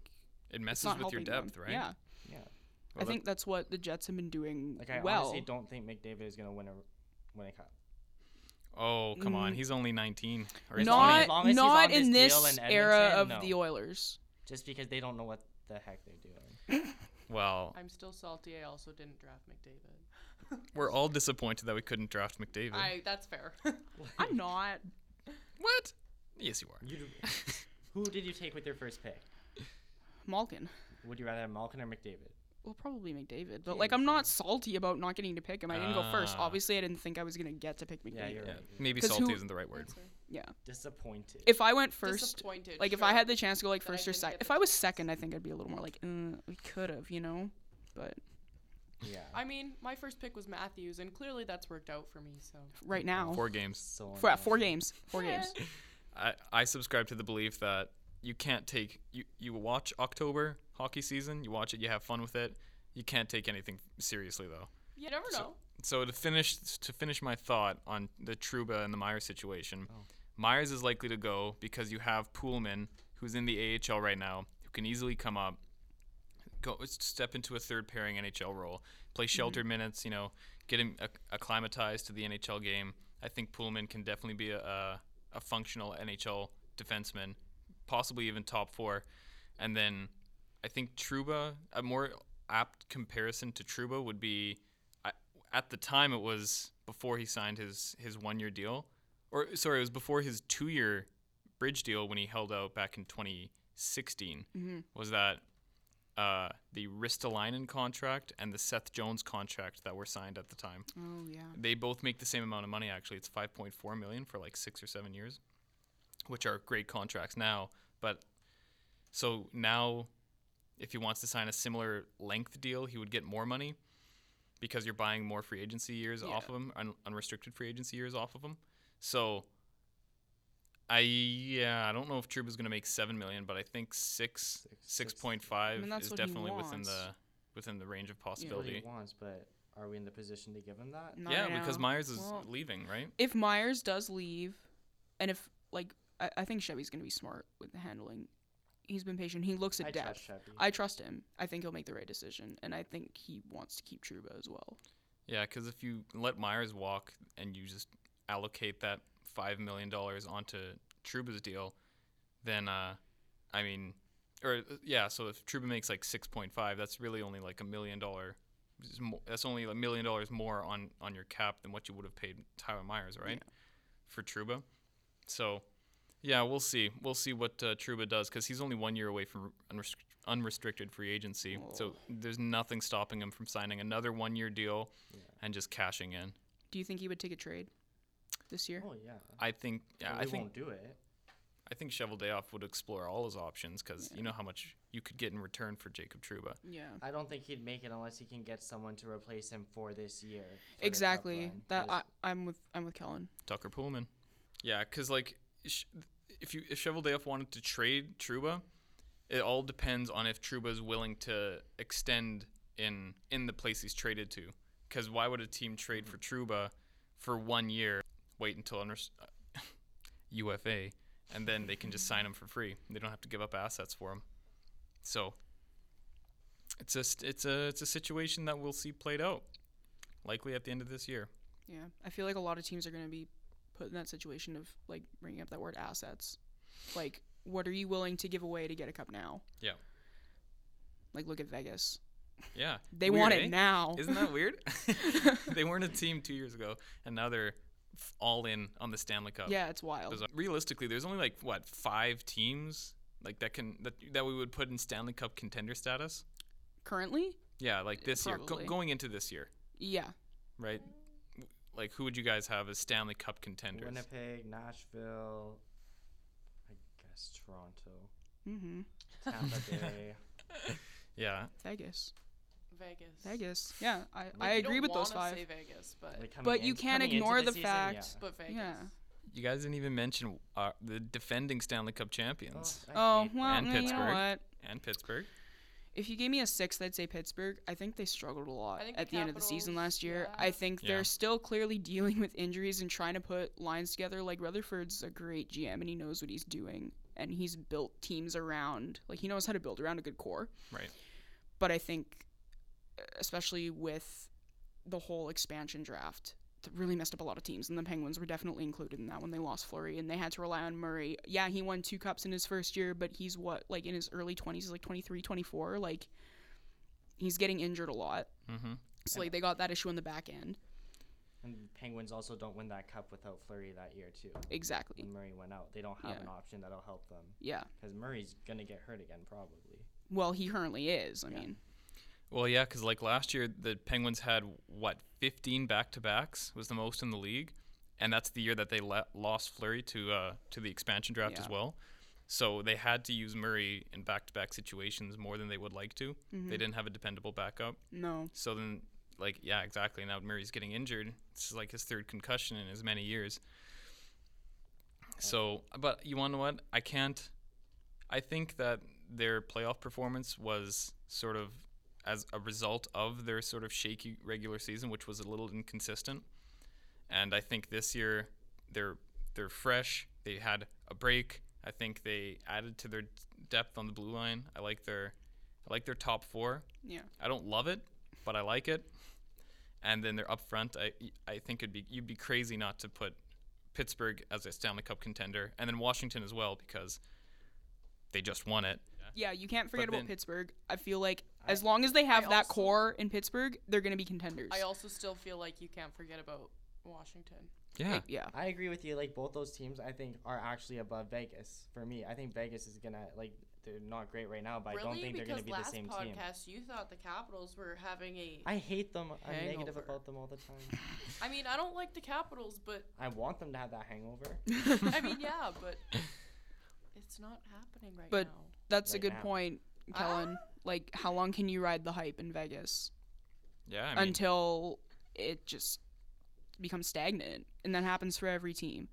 Speaker 2: it
Speaker 4: it's
Speaker 2: messes
Speaker 4: not
Speaker 2: with your
Speaker 4: helping them.
Speaker 2: depth, right?
Speaker 4: Yeah,
Speaker 1: Yeah.
Speaker 4: I
Speaker 2: Well, that-
Speaker 4: think that's what the Jets have been doing
Speaker 1: Like I
Speaker 4: well.
Speaker 1: honestly don't think McDavid is gonna win a win a cup.
Speaker 2: Oh come on, he's only 19 or he's
Speaker 1: As
Speaker 2: 20.
Speaker 1: long
Speaker 4: Mm. not
Speaker 1: as he's
Speaker 4: not
Speaker 1: on this
Speaker 4: in
Speaker 1: deal
Speaker 4: this
Speaker 1: in
Speaker 4: era of
Speaker 1: Edmonton,
Speaker 4: the
Speaker 1: no.
Speaker 4: Oilers.
Speaker 1: Just because they don't know what the heck they're doing.
Speaker 2: Well,
Speaker 3: I'm still salty. I also didn't draft McDavid.
Speaker 2: we're all disappointed that we couldn't draft McDavid.
Speaker 3: I that's fair.
Speaker 4: I'm not.
Speaker 2: what? Yes, you are.
Speaker 1: You, who did you take with your first pick?
Speaker 4: Malkin.
Speaker 1: Would you rather have Malkin or McDavid?
Speaker 4: Well, probably McDavid, but like I'm not salty about not getting to pick him. I didn't go first.
Speaker 2: Ah.
Speaker 4: Obviously, I didn't think I was gonna get to pick McDavid.
Speaker 1: Yeah, you're
Speaker 2: Yeah,
Speaker 1: right. You're
Speaker 2: maybe
Speaker 4: 'Cause
Speaker 2: salty
Speaker 4: who-
Speaker 2: isn't the right word.
Speaker 4: yeah.
Speaker 1: disappointed.
Speaker 4: If I went first,
Speaker 3: Disappointed.
Speaker 4: Like if
Speaker 3: sure.
Speaker 4: I had the chance to go like
Speaker 3: That I
Speaker 4: first or
Speaker 3: didn't
Speaker 4: second,
Speaker 3: get the
Speaker 4: if I was
Speaker 3: chance.
Speaker 4: second, I think I'd be a little more like, uh, we could have, you know. But
Speaker 1: yeah.
Speaker 3: I mean, my first pick was Matthews, and clearly that's worked out for me. So
Speaker 4: right now,
Speaker 2: Four games.
Speaker 1: so
Speaker 4: four,
Speaker 1: annoying.
Speaker 4: four games, four games.
Speaker 2: I, I subscribe to the belief that you can't take you, you watch October hockey season, you watch it, you have fun with it. You can't take anything seriously though.
Speaker 3: You never
Speaker 2: So-
Speaker 3: know.
Speaker 2: So to finish to finish my thought on the Truba and the Myers situation, Myers is likely to go because you have Poolman, who's in the AHL right now, who can easily come up, go step into a third pairing NHL role, play sheltered minutes, you know, get him acc- acclimatized to the NHL game. I think Poolman can definitely be a, a, a functional NHL defenseman, possibly even top four, and then I think Truba a more apt comparison to Truba would be I, at the time it was before he signed his his one year deal, or sorry, it was before his two year bridge deal when he held out back in 2016. Was that uh, the Ristolainen contract and the Seth Jones contract that were signed at the time?
Speaker 4: Oh yeah.
Speaker 2: They both make the same amount of money actually. It's 5.4 million for like 6 or 7 years, which are great contracts now, but so now if he wants to sign a similar length deal, he would get more money because you're buying more free agency years off of him, un- unrestricted free agency years off of him. So I yeah, I don't know if Truba's going to make 7 million, but I think 6
Speaker 1: six.
Speaker 2: 6.5
Speaker 4: that's
Speaker 2: is
Speaker 4: what he
Speaker 2: definitely within
Speaker 4: wants.
Speaker 2: the within the range of
Speaker 1: what he
Speaker 2: possibility.
Speaker 1: wants, but are we in the position to give him that?
Speaker 4: Not
Speaker 2: Yeah,
Speaker 4: right
Speaker 2: because
Speaker 4: now.
Speaker 2: Myers is
Speaker 4: Well,
Speaker 2: leaving, right?
Speaker 4: if Myers does leave, and if like I, I think Chevy's gonna be smart with the handling. He's been patient. He looks at
Speaker 1: I trust
Speaker 4: depth.
Speaker 1: Chevy.
Speaker 4: I trust him. I think he'll make the right decision, and I think he wants to keep Truba as well.
Speaker 2: Yeah, because if you let Myers walk and you just allocate that five million dollars onto Truba's deal, then uh, I mean, or uh, yeah, so if Truba makes like six point five, that's really only like a million dollar. is mo- That's only a million dollars more on on your cap than what you would have paid Tyler Myers, right? For Truba, so yeah, we'll see. We'll see what uh, Truba does because he's only one year away from unrestri- unrestricted free agency. So there's nothing stopping him from signing another one year deal and just cashing in.
Speaker 4: Do you think he would take a trade this year?
Speaker 1: oh yeah.
Speaker 2: I think. Yeah,
Speaker 1: But
Speaker 2: I
Speaker 1: we
Speaker 2: think.
Speaker 1: won't do it.
Speaker 2: I think Shovel Dayoff would explore all his options because you know how much you could get in return for Jacob Truba.
Speaker 4: Yeah.
Speaker 1: I don't think he'd make it unless he can get someone to replace him for this year. for the
Speaker 4: Exactly.
Speaker 1: cup run,
Speaker 4: That
Speaker 1: 'cause
Speaker 4: I, I'm with I'm with Kellen.
Speaker 2: Tucker Pullman. Yeah, because like, sh- if you if Cheveldayoff wanted to trade Truba, it all depends on if Truba is willing to extend in in the place he's traded to. Because why would a team trade for Truba for one year, wait until under, UFA, and then they can just sign him for free? They don't have to give up assets for him. So it's a st- it's a it's a situation that we'll see played out, likely at the end of this year.
Speaker 4: Yeah. I feel like a lot of teams are going to be put in that situation of like bringing up that word assets. Like, what are you willing to give away to get a cup now?
Speaker 2: Yeah.
Speaker 4: Like, look at Vegas.
Speaker 2: Yeah.
Speaker 4: They
Speaker 2: Weird,
Speaker 4: want
Speaker 2: eh?
Speaker 4: it now.
Speaker 2: Isn't that weird? they weren't a team two years ago, and now they're f- all in on the Stanley Cup.
Speaker 4: yeah, it's wild.
Speaker 2: Oh. Bizarre. Realistically, there's only like what five teams like that can that, that we would put in Stanley Cup contender status.
Speaker 4: Currently,
Speaker 2: Yeah, like this year,
Speaker 4: Probably.
Speaker 2: go- going into this year,
Speaker 4: yeah.
Speaker 2: right? W- Like who would you guys have as Stanley Cup contenders?
Speaker 1: Winnipeg, Nashville, I guess Toronto,
Speaker 4: Mm-hmm.
Speaker 1: Tampa Bay.
Speaker 2: Yeah,
Speaker 4: Vegas.
Speaker 3: Vegas.
Speaker 4: Vegas. Yeah, I, I
Speaker 3: You
Speaker 4: agree
Speaker 3: don't
Speaker 4: with those
Speaker 3: wanna
Speaker 4: five.
Speaker 3: Say Vegas, but
Speaker 1: Like, coming
Speaker 4: But you
Speaker 1: into-
Speaker 4: can't
Speaker 1: coming into
Speaker 4: ignore the
Speaker 1: season,
Speaker 4: fact-
Speaker 3: but Vegas.
Speaker 4: Yeah.
Speaker 2: you guys didn't even mention uh, the defending Stanley Cup champions
Speaker 1: yeah. I
Speaker 4: Oh
Speaker 1: hate
Speaker 4: well,
Speaker 2: And
Speaker 4: mm, you know
Speaker 2: Pittsburgh.
Speaker 4: what?
Speaker 2: and Pittsburgh.
Speaker 4: If you gave me a sixth, I'd say Pittsburgh. I think they struggled a lot
Speaker 3: I think
Speaker 4: at
Speaker 3: the
Speaker 4: the end of the season
Speaker 3: Capitals,
Speaker 4: last year.
Speaker 3: yeah.
Speaker 4: I think
Speaker 2: Yeah.
Speaker 4: they're still clearly dealing with injuries and trying to put lines together. Like Rutherford's a great GM and he knows what he's doing and he's built teams around. Like he knows how to build around a good core.
Speaker 2: Right.
Speaker 4: But I think, uh, especially with the whole expansion draft, it really messed up a lot of teams. And the Penguins were definitely included in that when they lost Flurry and they had to rely on Murray. Yeah, he won two cups in his first year, but he's what like in his early twenties, like 23, 24. Like he's getting injured a lot.
Speaker 2: Mm-hmm.
Speaker 4: So like they got that issue in the back end.
Speaker 1: And the Penguins also don't win that cup without Flurry that year too.
Speaker 4: Exactly.
Speaker 1: When Murray went out, they don't have
Speaker 4: Yeah.
Speaker 1: an option that'll help them
Speaker 4: Yeah.
Speaker 1: because Murray's gonna get hurt again probably.
Speaker 4: Well, he currently is. I mean,
Speaker 2: Well, yeah, because like last year, the Penguins had what 15 back-to-backs was the most in the league, and that's the year that they le- lost Flurry to uh, to the expansion draft as
Speaker 4: Yeah.
Speaker 2: well. So they had to use Murray in back-to-back situations more than they would like to. They didn't have a dependable backup.
Speaker 4: no.
Speaker 2: So then, like, yeah, exactly. Now Murray's getting injured. This is like his third concussion in as many years. So, but you want to know what? I can't. I think that their playoff performance was sort of as a result of their sort of shaky regular season, which was a little inconsistent. And I think this year they're they're fresh. They had a break. I think they added to their d- depth on the blue line. I like their I like their top four.
Speaker 4: Yeah.
Speaker 2: I don't love it, but I like it. And then they're up front. I I think it'd be you'd be crazy not to put Pittsburgh as a Stanley Cup contender, and then Washington as well because they just won it.
Speaker 4: Yeah, you can't forget
Speaker 2: But
Speaker 4: about
Speaker 2: then-
Speaker 4: Pittsburgh. I feel like as long as they have
Speaker 3: I
Speaker 4: that
Speaker 3: also-
Speaker 4: core in Pittsburgh, they're going to be contenders.
Speaker 3: I also still feel like you can't forget about Washington.
Speaker 2: Yeah,
Speaker 4: yeah.
Speaker 1: I agree with you. Like both those teams, I think are actually above Vegas for me. I think Vegas is gonna like they're not great right now, but I don't
Speaker 3: really?
Speaker 1: think they're
Speaker 3: because
Speaker 1: gonna be the
Speaker 3: last
Speaker 1: same team.
Speaker 3: podcast you thought the Capitals were having a. I
Speaker 1: I hate them. I'm negative
Speaker 3: Hangover.
Speaker 1: about them all the time.
Speaker 3: mean, I don't like the Capitals, but
Speaker 1: I want them to have that hangover.
Speaker 3: I mean, yeah, but it's not happening right
Speaker 4: But-
Speaker 3: now.
Speaker 4: That's a
Speaker 1: Right
Speaker 4: good
Speaker 1: now.
Speaker 4: point, Kellen. like, how long can you ride the hype in Vegas
Speaker 2: yeah. I mean,
Speaker 4: until it just becomes stagnant? And that happens for every team.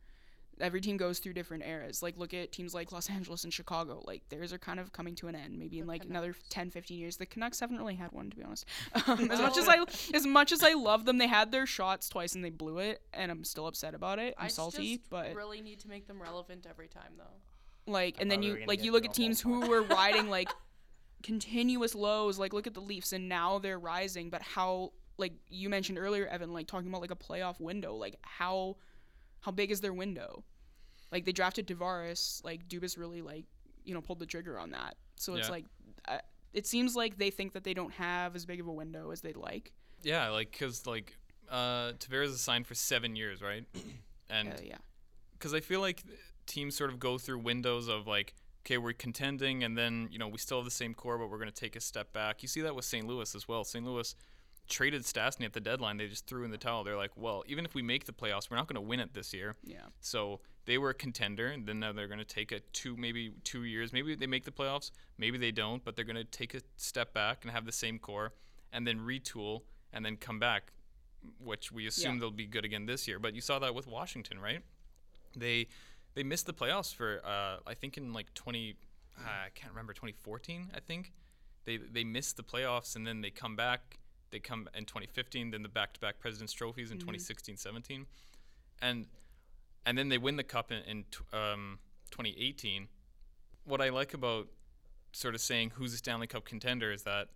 Speaker 4: Every team goes through different eras. Like, look at teams like Los Angeles and Chicago. Like, theirs are kind of coming to an end. Maybe in
Speaker 3: The
Speaker 4: like another
Speaker 3: Canucks.
Speaker 4: 10, 15 years. The Canucks haven't really had one, to be honest. Um, as much as I, as much as I love them, they had their shots twice and they blew it, and I'm still upset about it. I'm
Speaker 3: I
Speaker 4: salty,
Speaker 3: just
Speaker 4: but
Speaker 3: really need to make them relevant every time, though.
Speaker 4: like
Speaker 1: I
Speaker 4: and then
Speaker 1: thought we were
Speaker 4: you
Speaker 1: gonna
Speaker 4: like
Speaker 1: get
Speaker 4: you look
Speaker 1: through
Speaker 4: at
Speaker 1: a whole
Speaker 4: teams who
Speaker 1: pod.
Speaker 4: were riding like continuous lows like look at the leafs and now they're rising but how like you mentioned earlier evan like talking about like a playoff window like how how big is their window like they drafted Tavares like Dubas really like you know pulled the trigger on that so it's
Speaker 2: Yeah.
Speaker 4: like uh, it seems like they think that they don't have as big of a window as they'd like
Speaker 2: yeah, like because like uh, Tavares is signed for seven years, right? And
Speaker 4: uh, yeah
Speaker 2: because I feel like teams sort of go through windows of like, okay, we're contending, and then you know we still have the same core, but we're going to take a step back. You see that with St. Louis as well. St. Louis traded Stastny at the deadline. They just threw in the towel. They're like, well, even if we make the playoffs, we're not going to win it this year.
Speaker 4: yeah
Speaker 2: So they were a contender, and then now they're going to take a two, maybe two years. Maybe they make the playoffs, maybe they don't, but they're going to take a step back and have the same core, and then retool, and then come back, which we assume
Speaker 4: Yeah.
Speaker 2: they'll be good again this year. But you saw that with Washington, right? They they missed the playoffs for uh, I think in like 20, uh, I can't remember 2014, I think. They they missed the playoffs, and then they come back. They come in 2015, then the back-to-back Presidents trophies in 2016, 17, and and then they win the cup in, in tw- um, 2018. What I like about sort of saying who's a Stanley Cup contender is that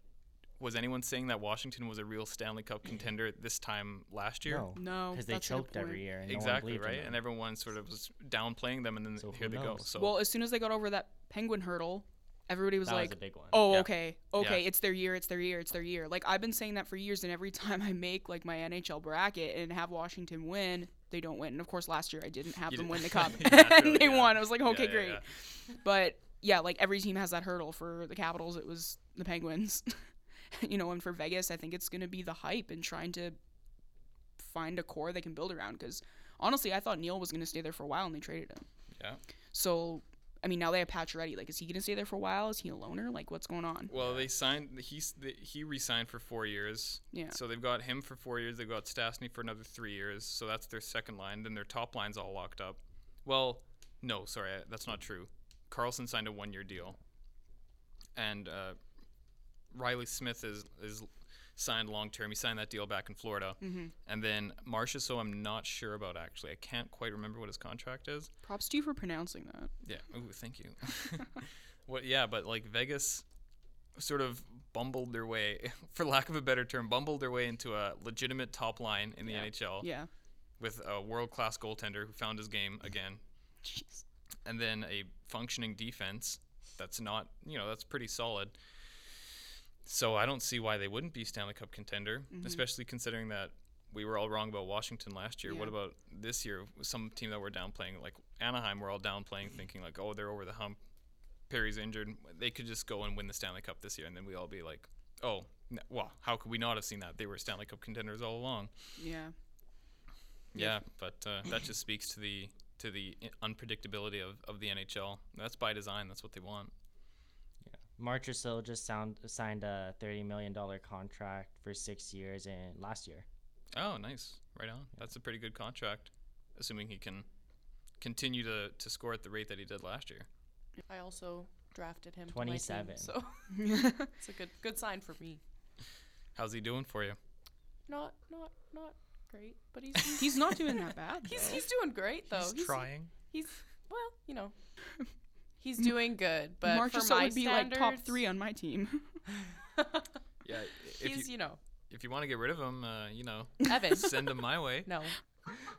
Speaker 2: was anyone saying that Washington was a real Stanley Cup contender this time last year?
Speaker 4: No,
Speaker 1: because they
Speaker 4: that's a good
Speaker 1: choked every
Speaker 4: point.
Speaker 1: year. And
Speaker 2: exactly
Speaker 1: no one
Speaker 2: right, and everyone sort of was downplaying them, and then
Speaker 1: So
Speaker 2: here
Speaker 1: who
Speaker 2: they go.
Speaker 1: knows?
Speaker 2: So
Speaker 4: well as soon as they got over that penguin hurdle everybody was
Speaker 1: that
Speaker 4: like
Speaker 1: was a big one.
Speaker 4: Oh,
Speaker 2: Yeah.
Speaker 4: okay. Okay, it's their year, it's their year, it's their year. Like I've been saying that for years and every time I make like my NHL bracket and have Washington win, they don't win. And of course last year I didn't have
Speaker 2: You
Speaker 4: them
Speaker 2: didn't-
Speaker 4: win the cup.
Speaker 2: Naturally,
Speaker 4: and they
Speaker 2: yeah.
Speaker 4: won. I was like,
Speaker 2: Yeah,
Speaker 4: "Okay,
Speaker 2: yeah,
Speaker 4: great."
Speaker 2: yeah.
Speaker 4: But yeah, like every team has that hurdle for the Capitals, it was the Penguins. you know, and for Vegas, I think it's going to be the hype and trying to find a core they can build around cuz honestly, I thought Neil was going to stay there for a while and they traded him.
Speaker 2: Yeah.
Speaker 4: So I mean, now they have Pacioretty. Like, is he gonna stay there for a while? Is he a loner? Like, what's going on?
Speaker 2: Well, they signed. He's the, he re-signed for four years.
Speaker 4: Yeah.
Speaker 2: So they've got him for four years. They've got Stastny for another three years. So that's their second line. Then their top line's all locked up. Well, no, sorry, I- that's not true. Carlson signed a one-year deal, and uh, Riley Smith is is signed long-term. He signed that deal back in Florida, mm-hmm. and then Marcia. So I'm not sure about actually. I can't quite remember what his contract is.
Speaker 4: Props to you for pronouncing that.
Speaker 2: Yeah. Ooh, thank you. what? Yeah, but like Vegas, sort of bumbled their way, for lack of a better term, bumbled their way into a legitimate top line in the NHL
Speaker 4: Yeah.
Speaker 2: with a world-class goaltender who found his game again,
Speaker 4: Jeez.
Speaker 2: and then a functioning defense that's not, you know, that's pretty solid. So I don't see why they wouldn't be Stanley Cup contender, especially considering that we were all wrong about Washington last year. What
Speaker 4: Yeah.
Speaker 2: about this year? Some team that we're downplaying, like Anaheim, we're all downplaying, thinking like, oh, they're over the hump. Perry's injured. They could just go and win the Stanley Cup this year, and then we all be like, oh, n- well, how could we not have seen that? They were Stanley Cup contenders all along.
Speaker 4: Yeah.
Speaker 2: Yeah, but uh, that just speaks to the to the i- unpredictability of, of the NHL. That's by design. That's what they want.
Speaker 1: Marchessault just sound, signed a thirty million dollar contract for six years and last year.
Speaker 2: Oh, nice. Right on. That's a pretty good contract, assuming he can continue to, to score at the rate that he did last year.
Speaker 3: I also drafted him.
Speaker 1: 27.
Speaker 3: 27. so it's a good good sign for me.
Speaker 2: How's he doing for you?
Speaker 3: Not not not great, but he's he's
Speaker 4: He's not doing that bad.
Speaker 3: he's, he's doing great though.
Speaker 2: he's trying.
Speaker 3: Oh, He's well, you know, he's doing good. But
Speaker 4: Marchessault
Speaker 3: for my
Speaker 4: would be like top
Speaker 3: standards,
Speaker 4: three on my team.
Speaker 2: Yeah. i- If
Speaker 3: He's
Speaker 2: you,
Speaker 3: you know
Speaker 2: if you want to get rid of him, uh, you know,
Speaker 3: Evan.
Speaker 2: send him my way.
Speaker 3: no,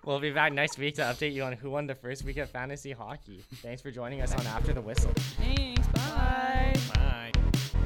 Speaker 1: We'll be back next week to update you on who won the first week of fantasy hockey. Thanks for joining us on After the Whistle.
Speaker 4: Thanks. Bye.
Speaker 2: Bye.